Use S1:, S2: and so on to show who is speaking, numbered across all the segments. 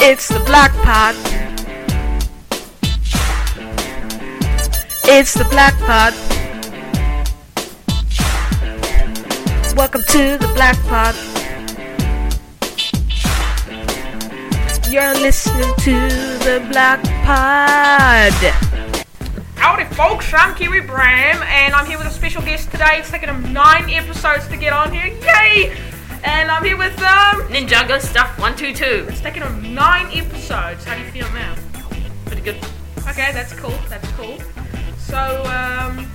S1: It's the Black Pod. It's the Black Pod. Welcome to the Black Pod. You're listening to the Black Pod.
S2: Howdy, folks. I'm Kiwi Bram, and I'm here with a special guest today. It's taken him nine episodes to get on here. Yay! And I'm here with um.
S3: Ninjago stuff 122.
S2: It's taken him nine episodes. How do you feel now?
S3: Pretty good.
S2: Okay, that's cool. That's cool. So um,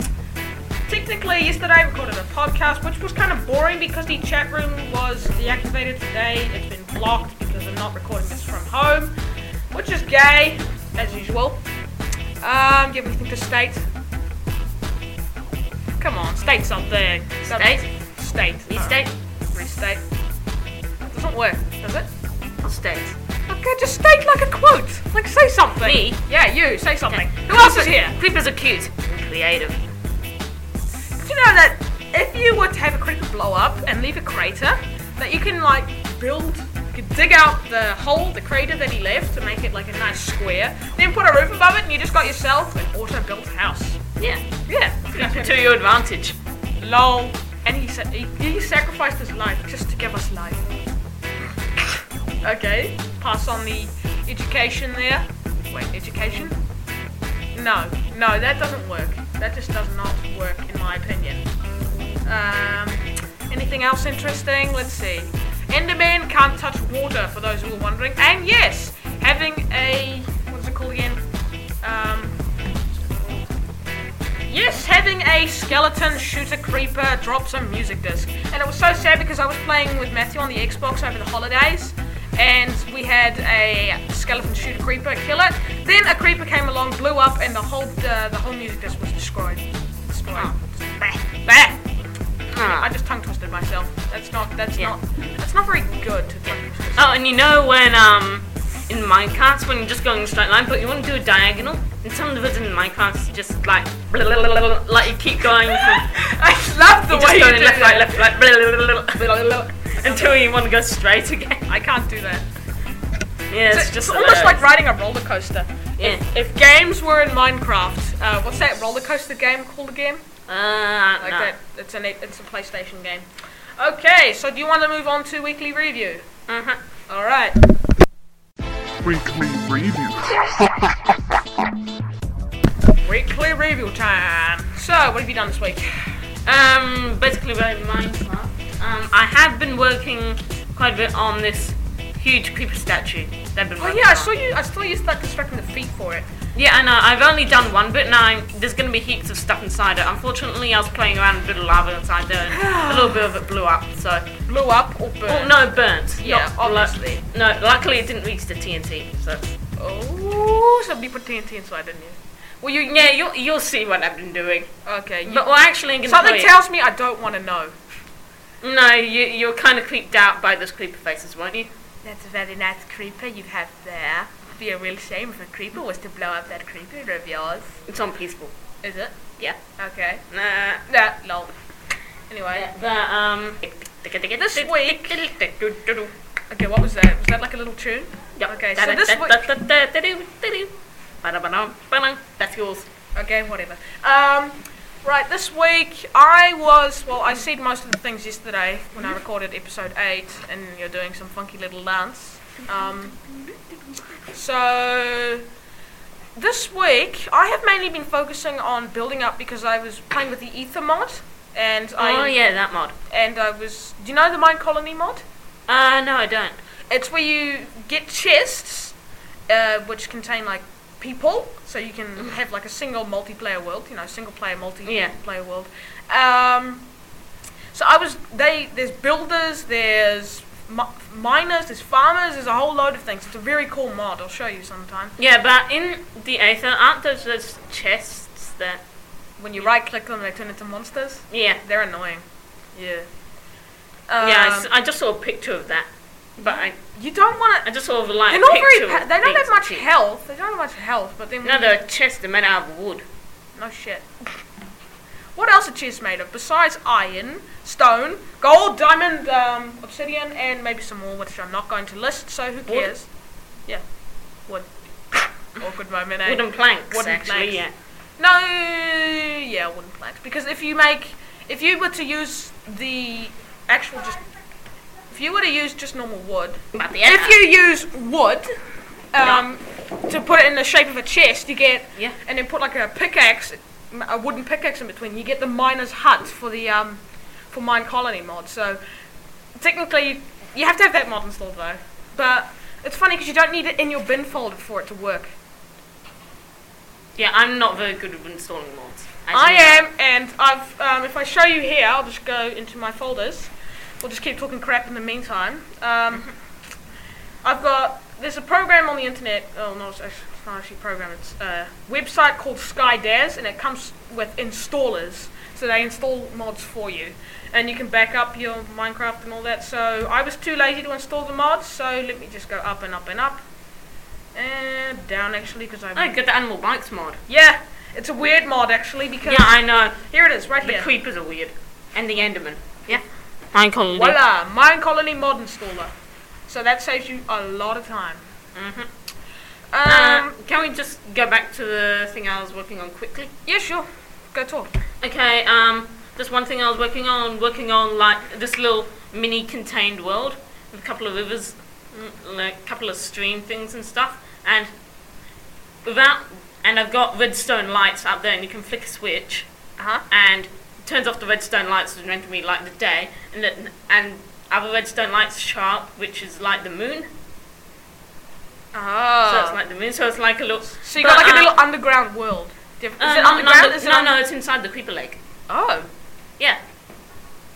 S2: technically, yesterday I recorded a podcast, which was kind of boring because the chat room was deactivated today. It's been blocked because I'm not recording this from home, which is gay as usual. Um, do you have anything to state? Come on, state something.
S3: State?
S2: State.
S3: Restate?
S2: Alright, Restate. Doesn't work, does it?
S3: I'll state.
S2: Okay, just state like a quote. Like say something.
S3: Me?
S2: Yeah, you. Say something. Who else is here?
S3: Creepers are cute. and Creative.
S2: Do you know that if you were to have a creeper blow up and leave a crater, that you can like build, you can dig out the hole, the crater that he left to make it like a nice square, then put a roof above it, and you just got yourself an auto-built house.
S3: Yeah.
S2: Yeah.
S3: To your advantage.
S2: Lol. And he said he, he sacrificed his life just to give us life. okay. Pass on the education there. Wait, education? No, no, that doesn't work. That just does not work in my opinion. Um, anything else interesting? Let's see. Enderman can't touch water, for those who are wondering. And yes, having a what is it called again? Um, Yes, having a skeleton shoot a creeper, drop some music disc. And it was so sad because I was playing with Matthew on the Xbox over the holidays, and we had a skeleton shoot a creeper, kill it. Then a creeper came along, blew up, and the whole uh, the whole music disc was destroyed. Destroyed.
S3: Oh.
S2: Bah. Bah. I
S3: Ah.
S2: just tongue twisted myself. That's not. That's
S3: Yeah.
S2: not. That's not very good to tongue twist.
S3: Oh, and you know when, um, in minecarts, when you're just going in a straight line, but you want to do a diagonal, and some of it in minecarts just like, blah, blah, blah, blah, blah, like you keep going from,
S2: I love the
S3: you just
S2: way you
S3: going
S2: do
S3: left,
S2: that.
S3: right, left, right, blah, blah, blah, blah, blah, blah, blah, until you want to go straight again.
S2: I can't do that.
S3: Yeah, it's,
S2: It's
S3: just
S2: almost like
S3: hilarious.
S2: riding a roller coaster.
S3: Yeah.
S2: If games were in Minecraft, uh, what's that roller coaster game called again?
S3: Uh,
S2: Like
S3: no.
S2: that. It's an it's a PlayStation game. Okay, so do you want to move on to weekly review?
S3: Uh-huh.
S2: All right.
S4: Weekly Review.
S2: Weekly review time. So, what have you done this week?
S3: Um, basically about Minecraft. Um, I have been working quite a bit on this huge creeper statue. That I've been
S2: Oh
S3: working
S2: yeah, I
S3: on.
S2: saw you. I saw you start constructing the feet for it.
S3: Yeah, I know. I've only done one bit now. I'm- There's going to be heaps of stuff inside it. Unfortunately, I was playing around with a bit of lava inside there, and a little bit of it blew up. So,
S2: Blew up or
S3: oh
S2: burned?
S3: no, it burnt.
S2: Yeah,
S3: Not-
S2: obviously.
S3: No, luckily it didn't reach the TNT. So,
S2: Oh, so you put TNT inside, didn't you?
S3: well, you yeah, you'll you'll see what I've been doing.
S2: Okay. You,
S3: But well, actually, I'm going to
S2: something
S3: tell you.
S2: tells me I don't want to know.
S3: no, you you're kind of creeped out by those creeper faces, weren't you?
S2: That's a very nice creeper you have there. It'd be a real shame if a creeper was to blow up that creeper of yours.
S3: It's on peaceful.
S2: Is it?
S3: Yeah.
S2: Okay.
S3: Nah.
S2: Nah, lol. Anyway.
S3: The um.
S2: This week- Okay, what was that? Was that like a little tune?
S3: Yep.
S2: Okay, so this
S3: That's yours.
S2: Okay, whatever. Um, right, this week I was, well, I said most of the things yesterday when I recorded episode 8, and you're doing some funky little dance. Um, so, this week I have mainly been focusing on building up because I was playing with the Ether mod, and I,
S3: Oh yeah, that mod.
S2: and I was, do you know the Mine Colony mod?
S3: Uh no, I don't.
S2: It's where you get chests, uh, which contain like people, so you
S3: Mm-hmm.
S2: can have like a single multiplayer world. You know, single player multiplayer
S3: Yeah.
S2: world. Um, so I was they there's builders, there's mi- miners, there's farmers, there's a whole load of things. It's a very cool mod. I'll show you sometime.
S3: Yeah, but in the Aether, aren't those those chests that?
S2: When you right click them, they turn into monsters.
S3: Yeah.
S2: They're annoying. Yeah. Um,
S3: yeah, I s- I, just saw a picture of that, but I,
S2: you don't want
S3: I
S2: to.
S3: just saw a like
S2: They're not
S3: picture.
S2: very. Pa-
S3: of
S2: they don't
S3: things.
S2: have much health. They don't have much health, but then when
S3: No,
S2: you-
S3: they're chests they're made out of wood.
S2: No shit. What else are chests made of besides iron, stone, gold, diamond, um, obsidian, and maybe some more, which I'm not going to list, so who
S3: Wood.
S2: cares? Yeah. Wood. Awkward moment, eh?
S3: Wooden planks,
S2: Wooden
S3: actually,
S2: planks.
S3: yeah.
S2: No, yeah, wooden planks. Because if you make, if you were to use the actual just, if you were to use just normal wood,
S3: But the
S2: if you use wood, um, to put it in the shape of a chest, you get,
S3: Yeah.
S2: and then put like a pickaxe, m- a wooden pickaxe in between, you get the miner's hut for the um, for mine colony mod. So technically, you have to have that mod installed though. But it's funny because you don't need it in your bin folder for it to work.
S3: Yeah, I'm not very good at installing mods. as
S2: I
S3: you know.
S2: am, and I've. Um, if I show you here, I'll just go into my folders. We'll just keep talking crap in the meantime. Um, I've got there's a program on the internet. Oh no, it's, act- it's not actually a program. It's a website called Skydaz, and it comes with installers, so they install mods for you, and you can back up your Minecraft and all that. So I was too lazy to install the mods, so let me just go up and up and up, and down actually because I.
S3: I got the animal bikes mod.
S2: Yeah, it's a weird mod actually because
S3: Yeah, I know.
S2: here it is right
S3: The
S2: here.
S3: creepers are weird. And the Enderman. Yeah. Mine colony.
S2: Voila, Mine Colony mod installer. So that saves you a lot of time.
S3: Mhm.
S2: Um,
S3: Um, can we just go back to the thing I was working on quickly?
S2: yeah, sure. Go talk.
S3: Okay, um, there's one thing I was working on, working on like this little mini contained world with a couple of rivers, mm, like a couple of stream things and stuff, and without, and I've got redstone lights up there, and you can flick a switch,
S2: Uh huh.
S3: and it turns off the redstone lights to render me like the day, and then, and other redstone lights sharp, which is like the moon, so
S2: Oh.
S3: it's like the moon, so it's like a little.
S2: So you got
S3: but,
S2: like a
S3: uh,
S2: little underground world. Diff-
S3: uh,
S2: is it
S3: no,
S2: underground?
S3: No,
S2: is it
S3: no,
S2: un-
S3: no, it's inside the creeper lake.
S2: Oh.
S3: Yeah,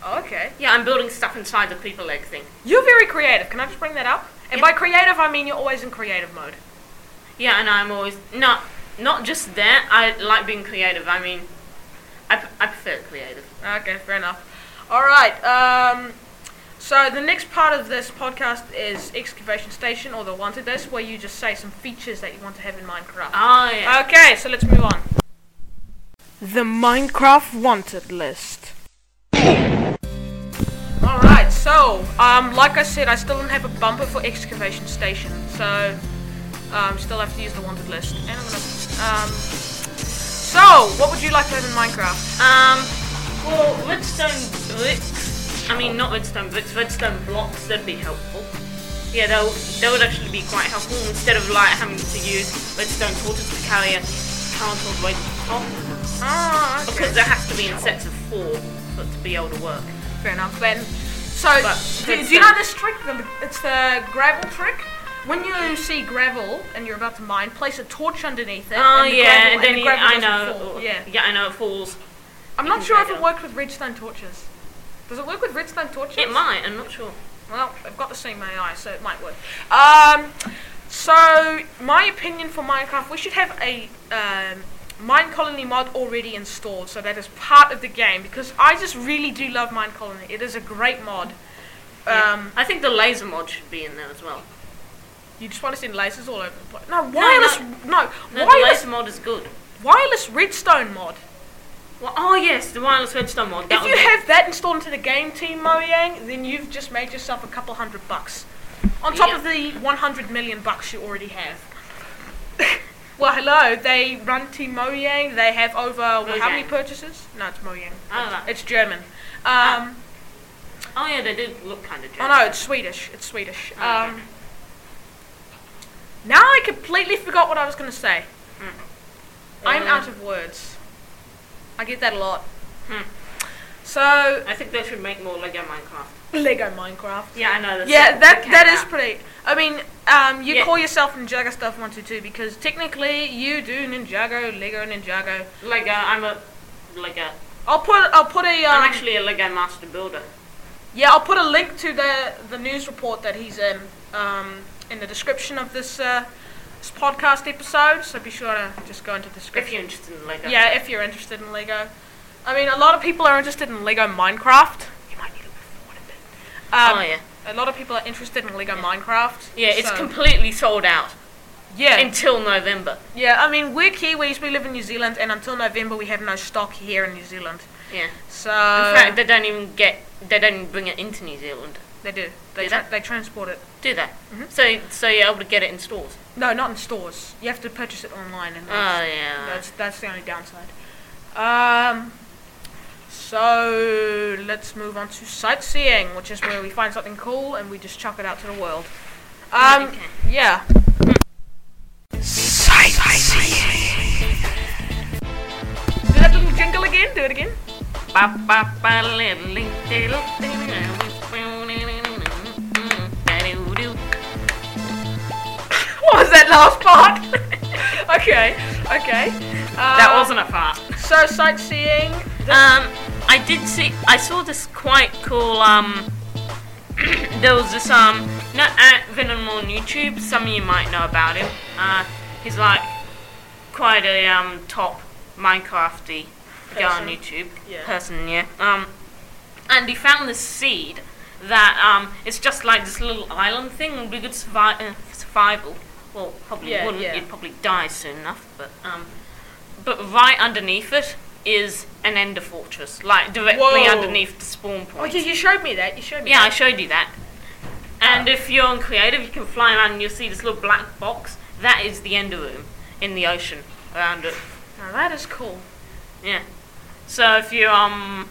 S2: Okay.
S3: yeah, I'm building stuff inside the creeper lake thing.
S2: You're very creative. Can I just bring that up? And
S3: Yeah.
S2: by creative, I mean you're always in creative mode.
S3: Yeah, and I'm always no, not just that. I like being creative. I mean, I, p- I prefer creative.
S2: Okay, fair enough. All right. Um, so the next part of this podcast is excavation station or the wanted list, where you just say some features that you want to have in Minecraft.
S3: Oh yeah.
S2: Okay, so let's move on. The Minecraft wanted list. All right. So, um, like I said, I still don't have a bumper for excavation station, so um, still have to use the wanted list. And I'm gonna. Um, so, what would you like to have in Minecraft?
S3: Um, well, redstone bricks. I mean, not redstone bricks. Redstone blocks. That'd be helpful. Yeah, that would, that would actually be quite helpful instead of like having to use redstone torches to carry a count all the way to the top
S2: Ah, okay.
S3: because there has to be in sets of four for it to be able to work.
S2: Fair enough then. So, do,
S3: But that's
S2: do you know
S3: the-
S2: this trick? The- It's the gravel trick. When you see gravel and you're about to mine, place a torch underneath it.
S3: Oh
S2: and the
S3: yeah,
S2: gravel,
S3: and then
S2: the
S3: you,
S2: gravel
S3: I
S2: doesn't
S3: know.
S2: fall. Yeah.
S3: yeah, I know it falls.
S2: I'm not
S3: can
S2: sure if
S3: go
S2: it
S3: down.
S2: worked with redstone torches. Does it work with redstone torches?
S3: It might. I'm not sure.
S2: Well, I've got the same AI, so it might work. Um, so my opinion for Minecraft, we should have a um, mine colony mod already installed, so that is part of the game because I just really do love mine colony. It is a great mod.
S3: Yeah.
S2: Um,
S3: I think the laser mod should be in there as well.
S2: you just want to send lasers all over the place. No, wireless. No,
S3: No, the
S2: wireless.
S3: laser mod is good.
S2: Wireless redstone mod.
S3: Well, oh yes, the wireless redstone mod. That
S2: If
S3: would
S2: you
S3: be-
S2: have that installed into the game, Team Mojang, then you've just made yourself a couple hundred bucks. On top
S3: Yeah.
S2: of the 100 million bucks you already have. well, hello, they run Team Mojang. They have over well, how many
S3: Mojang.
S2: purchases? No, it's Mojang.
S3: Oh, right.
S2: It's German.
S3: Ah,
S2: Um,
S3: oh yeah, they do look kind of.
S2: oh no, it's Swedish. It's Swedish.
S3: Oh, okay.
S2: Um, now I completely forgot what I was going to say. I'm
S3: Uh,
S2: out of words. I get that a lot.
S3: Hmm.
S2: So,
S3: I think they should make more Lego Minecraft.
S2: Lego Minecraft.
S3: Yeah, I know. that's-
S2: Yeah, that
S3: okay,
S2: that is
S3: yeah.
S2: pretty. I mean, um, you
S3: Yeah.
S2: call yourself Ninjago stuff one two two because technically you do Ninjago, Lego Ninjago.
S3: Lego. I'm a Lego.
S2: I'll put I'll put a um,
S3: I'm actually a Lego master builder.
S2: yeah I'll put a link to the the news report that he's in um, in the description of this, uh, this podcast episode. So be sure to just go into the
S3: If
S2: description.
S3: you're interested in Lego.
S2: yeah, if you're interested in Lego. I mean, a lot of people are interested in Lego Minecraft. You might need to move forward a bit. Um,
S3: oh yeah.
S2: A lot of people are interested in Lego Minecraft.
S3: Yeah, it's
S2: so-
S3: completely sold out
S2: yeah.
S3: until November.
S2: Yeah, I mean, we're Kiwis, we live in New Zealand, and until November we have no stock here in New Zealand.
S3: Yeah.
S2: So,
S3: In fact, they don't even get. They don't even bring it into New Zealand.
S2: They do. They tra-
S3: Do that?
S2: they transport it.
S3: Do that. So so you're able to get it in stores.
S2: No, not in stores. You have to purchase it online, and
S3: Oh
S2: that's,
S3: yeah.
S2: that's that's the only downside. Um, so let's move on to sightseeing, which is where we find something cool and we just chuck it out to the world. Um,
S3: Okay.
S2: yeah. Sightseeing. Do that little jingle again. Do it again.
S3: Ba, ba, ba, li, li, di, li, di, li, li, li, li, li.
S2: What was that last part? okay, okay.
S3: That
S2: Um,
S3: wasn't a fart.
S2: So sightseeing.
S3: Um, I did see. I saw this quite cool. Um, there was this um, not at Venom on YouTube. Some of you might know about him. Uh, he's like quite a um top Minecrafty guy
S2: Person.
S3: on YouTube.
S2: Yeah.
S3: Person, yeah. Um, and he found this seed that um, it's just like this little island thing. Would be good survi- uh, survival. Well, probably
S2: Yeah,
S3: wouldn't.
S2: yeah.
S3: You'd probably die soon enough, but um. But right underneath it is an ender fortress, like directly
S2: Whoa.
S3: underneath the spawn
S2: Oh,
S3: point.
S2: you, you showed me that. You showed me.
S3: Yeah, I
S2: That.
S3: showed you that. And if you're on creative, you can fly around and you'll see this little black box. That is the ender room in the ocean around it.
S2: Now that is cool.
S3: Yeah. So if you um,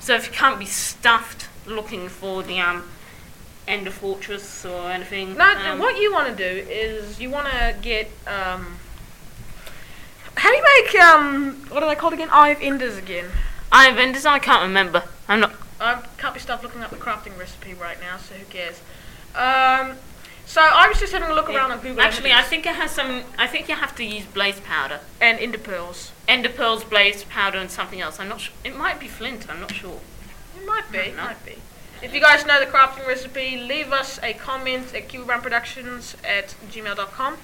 S3: so if you can't be stuffed looking for the um, ender fortress or anything.
S2: No,
S3: um,
S2: what you want to do is you want to get um. How do you make um? What are they called again? Eye of Enders again.
S3: I have enders. I can't remember. I'm not.
S2: I can't be stuffed looking up the crafting recipe right now, so who cares? Um, so I was just having a look around on Google.
S3: Actually, I
S2: Images
S3: think it has some. I think you have to use blaze powder.
S2: and Ender pearls.
S3: Ender pearls, blaze powder, and something else. I'm not sure. It might be flint. I'm not sure.
S2: It might be,
S3: Might not.
S2: might be. If you guys know the crafting recipe, leave us a comment at cubebrandproductions at gmail.com.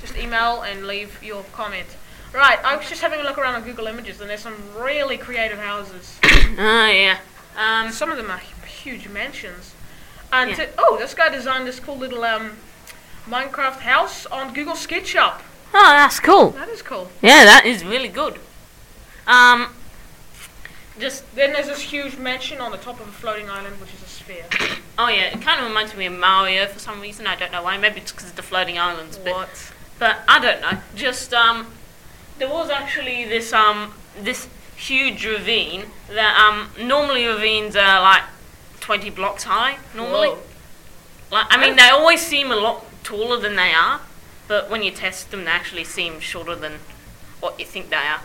S2: Just email and leave your comment. Right, I was just having a look around on Google Images and there's some really creative houses.
S3: Oh yeah. Um.
S2: and some of them are hu- huge mansions. And
S3: Yeah.
S2: t- oh, this guy designed this cool little um, Minecraft house on Google SketchUp.
S3: Oh, that's cool.
S2: That is cool.
S3: Yeah, that is really good. Um. Just.
S2: Then there's this huge mansion on the top of a floating island, which is a sphere.
S3: Oh yeah. It kind of reminds me of Mario for some reason. I don't know why. Maybe it's because of the floating islands. But
S2: What?
S3: but I don't know. Just um, there was actually this um this huge ravine that um normally ravines are like twenty blocks high normally.
S2: Whoa.
S3: Like I mean, they always seem a lot taller than they are, but when you test them, they actually seem shorter than what you think they are.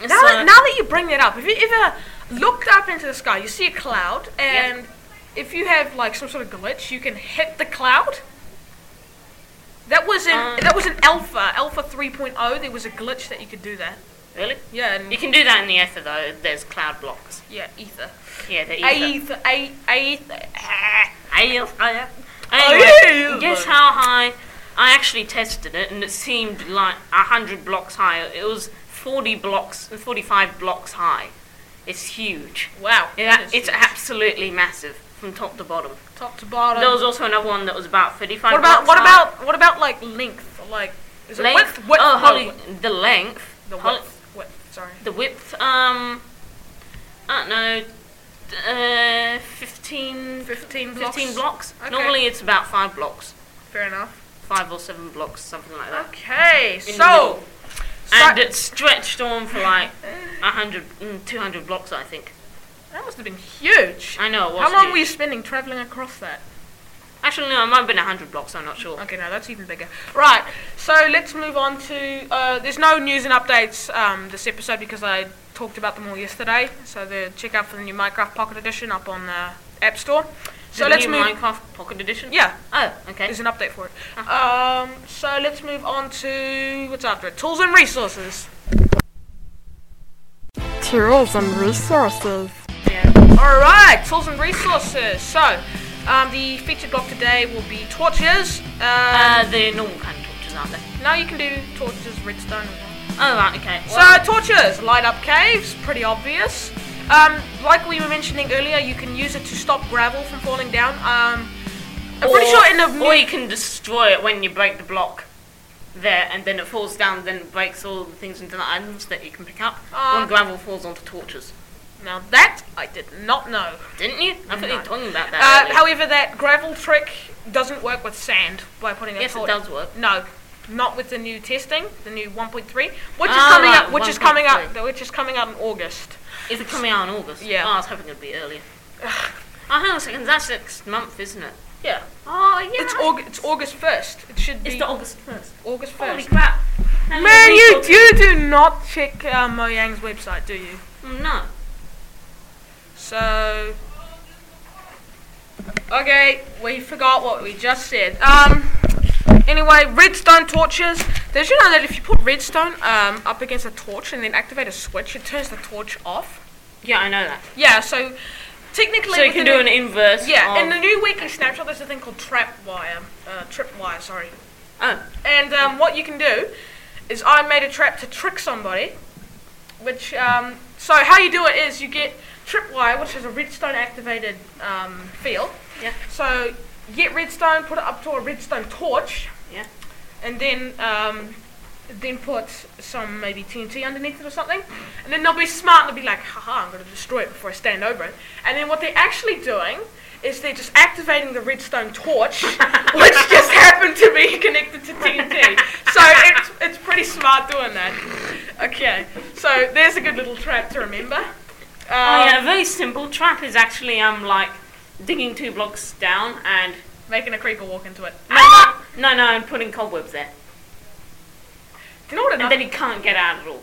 S2: Now,
S3: So-
S2: that, now that you bring that up, if you ever looked up into the sky, you see a cloud, and if you have like some sort of glitch, you can hit the cloud. That was in
S3: Um.
S2: that was in Alpha Alpha 3.0. There was a glitch that you could do that.
S3: really,
S2: Yeah, and
S3: you can do that in the ether though. There's cloud blocks.
S2: yeah, Ether.
S3: Yeah, the ether. oh,
S2: Ether, a- Ether. Ah.
S3: Anyway,
S2: Oh, Aether.
S3: guess how high? I actually tested it, and it seemed like hundred blocks high. It was forty blocks, forty-five blocks high. It's huge.
S2: Wow.
S3: Yeah,
S2: that is
S3: it's
S2: huge.
S3: absolutely massive from top to bottom.
S2: top to bottom.
S3: There was also another one that was about thirty-five.
S2: um, what about
S3: blocks
S2: what
S3: high.
S2: about what about like length? Like is it
S3: length?
S2: width? width
S3: oh,
S2: no,
S3: holy,
S2: width.
S3: the length.
S2: the
S3: Hol-
S2: width. Width. Sorry.
S3: the width. Um, I don't know. Uh, 15,
S2: 15
S3: 15
S2: blocks.
S3: blocks.
S2: Okay.
S3: Normally it's about five blocks,
S2: Fair enough.
S3: five or seven blocks, something like that.
S2: Okay,
S3: the
S2: so.
S3: and
S2: so-
S3: it stretched on for like 100, mm, 200 blocks, I think.
S2: That must have been huge.
S3: I know it was.
S2: How long
S3: huge.
S2: were you spending traveling across that?
S3: Actually, no, it might have been 100 blocks, I'm not sure.
S2: Okay, now that's even bigger. Right, so let's move on to. Uh, there's no news and updates um, this episode because I talked about them all yesterday. So the check out for the new Minecraft Pocket Edition up on the App Store. So
S3: the
S2: let's
S3: new
S2: move.
S3: Minecraft Pocket Edition?
S2: yeah,
S3: Oh, okay.
S2: there's an update for it.
S3: Uh-huh.
S2: Um, so let's move on to what's after it. Tools and resources.
S1: Tools and resources.
S2: All right, tools and resources. So um, the featured block today will be torches. Uh,
S3: Uh, the normal kind of torches, aren't they?
S2: Now you can do torches, redstone. as well.
S3: Oh, right, okay.
S2: So torches light up caves, pretty obvious. Um, like we were mentioning earlier, you can use it to stop gravel from falling down. Um, I'm pretty sure in the
S3: Or you can destroy it when you break the block there, and then it falls down, then it breaks all the things into the items that you can pick up
S2: Ah.
S3: when gravel falls onto torches.
S2: Now that I did not know.
S3: Didn't you? I thought you were talking about that.
S2: Uh,
S3: earlier.
S2: however, that gravel trick doesn't work with sand by putting a
S3: yes, it
S2: foot-
S3: does work.
S2: No, not with the new testing, the new 1.3, which is
S3: Ah,
S2: coming
S3: right,
S2: up, which is coming up,
S3: 1.3.
S2: which is coming out in August.
S3: Is it coming out in August?
S2: Yeah.
S3: Oh, I was hoping it'd be earlier. oh, hang on a second. That's next month, isn't it? Yeah. Oh, yeah.
S2: It's August. It's August first. It should be
S3: It's the August first.
S2: August
S3: Holy
S2: first.
S3: crap. Hang on,
S2: Man,
S3: we
S2: you
S3: talked-
S2: you do not check uh, Mojang's website, do you?
S3: Mm, No.
S2: So, okay, we forgot what we just said. Um, anyway, redstone torches. Did you know that if you put redstone um, up against a torch and then activate a switch, it turns the torch off?
S3: Yeah, I know that.
S2: Yeah. So, technically,
S3: So you
S2: with
S3: can
S2: the
S3: do
S2: new-
S3: an Oh. inverse.
S2: Yeah,
S3: of,
S2: in the new weekly snapshot, there's a thing called trap wire, uh, trip wire. Sorry.
S3: Oh.
S2: And um, what you can do is I made a trap to trick somebody, which um, so how you do it is you get tripwire, which is a redstone activated um, field.
S3: Yeah.
S2: So you get redstone, put it up to a redstone torch,
S3: Yeah.
S2: and then um, then put some maybe TNT underneath it or something, and then they'll be smart and they'll be like, haha, I'm gonna destroy it before I stand over it. And then what they're actually doing is they're just activating the redstone torch, which just happened to be connected to TNT. So it's it's pretty smart doing that. Okay, so there's a good little trap to remember.
S3: Oh,
S2: Um,
S3: yeah, a very simple trap is actually um like digging two blocks down and
S2: Making a creeper walk into it.
S3: no, no,
S2: Ah!
S3: no, no, and putting cobwebs there,
S2: Do you know what
S3: and
S2: another
S3: then he can't get out at all.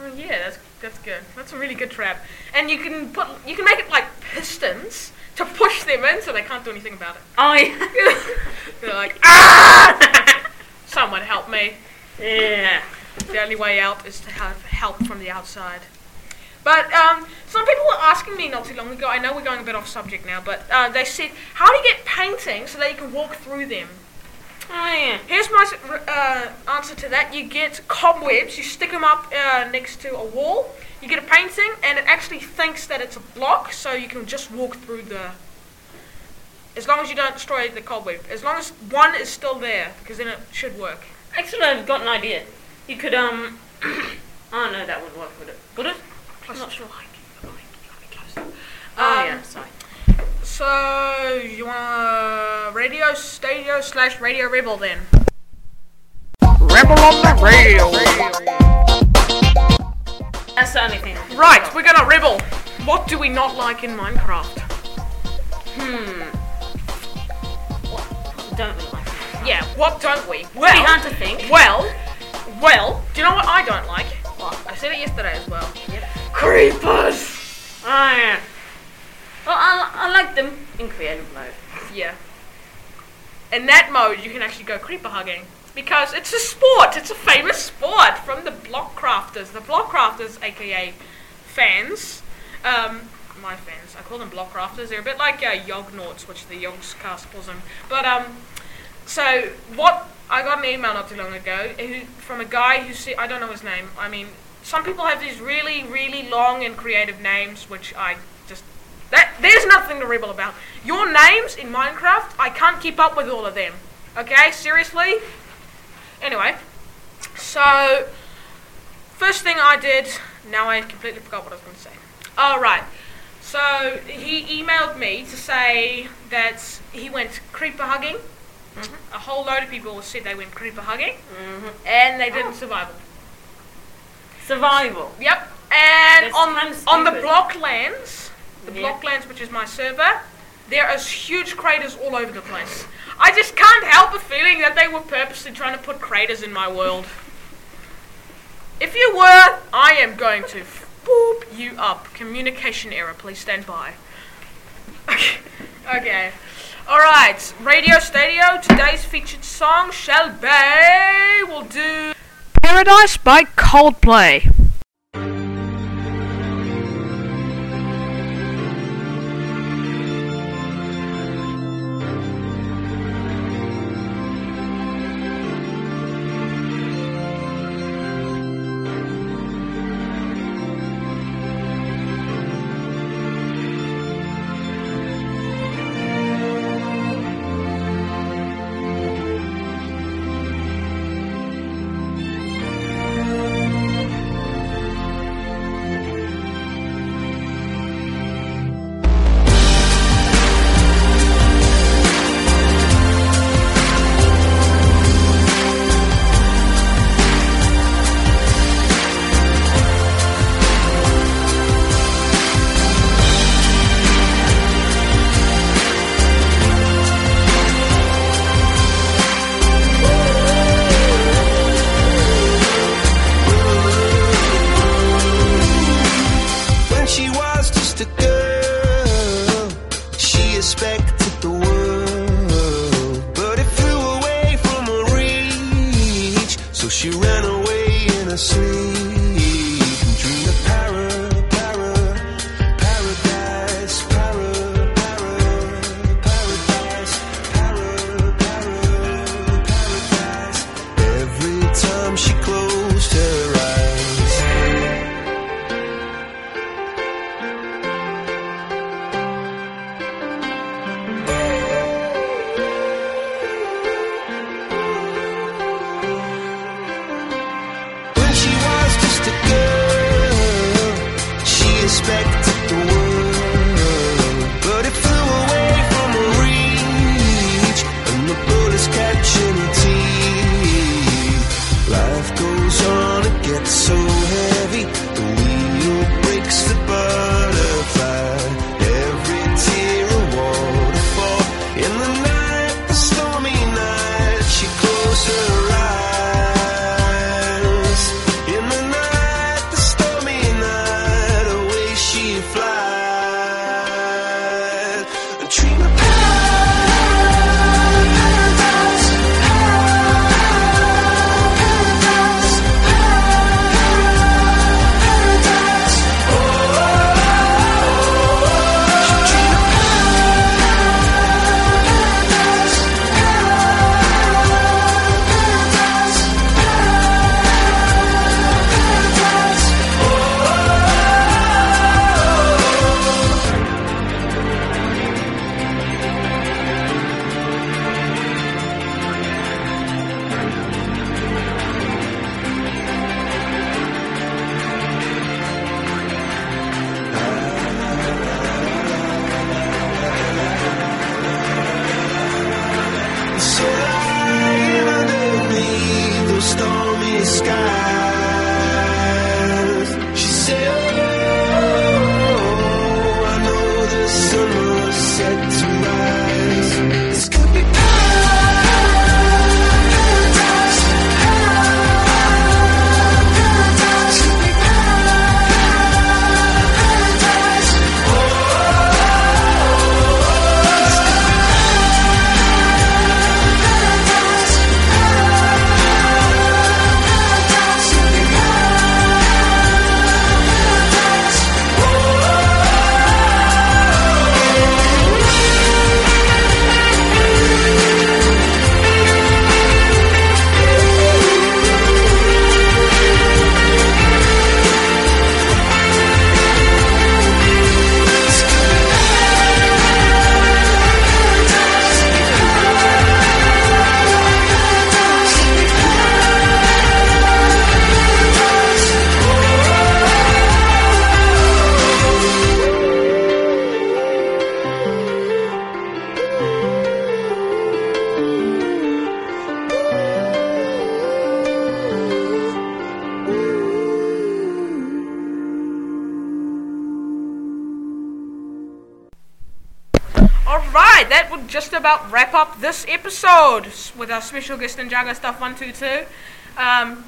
S2: Oh, yeah, that's that's good. That's a really good trap. And you can put you can make it like pistons to push them in so they can't do anything about it.
S3: Oh yeah.
S2: They're like, ah! Someone help me.
S3: yeah.
S2: The only way out is to have help from the outside. But um, some people were asking me not too long ago. I know we're going a bit off subject now, but uh, they said, "How do you get painting so that you can walk through them?"
S3: Oh yeah.
S2: Here's my s- r- uh, answer to that. You get cobwebs, you stick them up uh, next to a wall, you get a painting, and it actually thinks that it's a block, so you can just walk through the. As long as you don't destroy the cobweb. As long as one is still there, because then it should work.
S3: Actually, I've got an idea. You could um. oh no, that wouldn't work, would it? Would it?
S2: Close.
S3: I'm not sure.
S2: Um,
S3: Oh yeah. Sorry.
S2: So, you want to radio stadio slash radio rebel then?
S4: Rebel on the rail.
S3: That's the only thing.
S2: Right, we're gonna rebel. What do we not like in Minecraft?
S3: Hmm. Don't really like. It.
S2: Yeah, what don't we?
S3: Well, Pretty hard to think.
S2: Well, well, do you know what I don't like? I said it yesterday as well. Creepers!
S3: Oh yeah. Well, I, I like them in creative mode.
S2: Yeah. In that mode, you can actually go creeper hugging. Because it's a sport, it's a famous sport from the block crafters. The block crafters, aka fans, um, my fans, I call them block crafters. They're a bit like uh, Yognauts, which the Yogs cast calls them. But, um, so what I got an email not too long ago who, from a guy who said I don't know his name. I mean, some people have these really, really long and creative names, which I just that there's nothing to rebel about. Your names in Minecraft, I can't keep up with all of them. Okay, seriously. Anyway, so first thing I did. Now I completely forgot what I was going to say. All right. So he emailed me to say that he went creeper hugging a whole load of people said they went creeper hugging, and they didn't survival.
S3: Survival.
S2: Yep. And
S3: That's
S2: on
S3: kinda
S2: on the
S3: stupid.
S2: block lands, the
S3: Yeah.
S2: block lands, which is my server, there is huge craters all over the place. I just can't help a feeling that they were purposely trying to put craters in my world. If you were, I am going to f- boop you up. Communication error. Please stand by. Okay. okay. All right. Radio Stadio. Today's featured song shall be. We'll do Paradise by Coldplay. right, that would just about wrap up this episode s- with our special guest Ninjago Stuff 122. Um,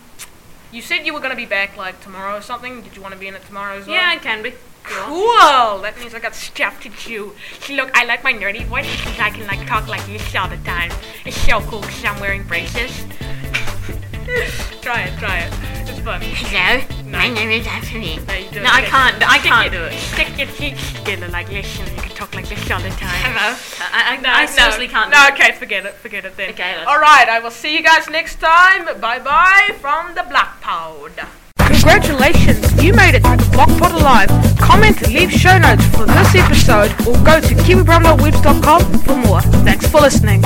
S2: you said you were going to be back like tomorrow or something. Did you want to be in it tomorrow as well?
S3: Yeah, it can be.
S2: Cool! That means I got stuff to do. See, look, I like my nerdy voice because I can like talk like this all the time. It's so cool because I'm wearing braces. try it, try it. It's fun.
S5: Hello, my name is Anthony.
S2: No, you do
S3: No, I can't. I can't do it.
S2: Stick your cheeks together like this and you can talk like this all the time.
S3: Hello. I, I,
S2: No,
S3: I
S2: no,
S3: seriously can't.
S2: No,
S3: do it.
S2: okay, forget it, forget it then.
S3: Okay, let's-
S2: All right, I will see you guys next time. Bye bye from the Black Pod.
S1: Congratulations, you made it to the Block Pod Alive. Comment, leave show notes for this episode, or go to kiwibrumlowebs.com for more. Thanks for listening.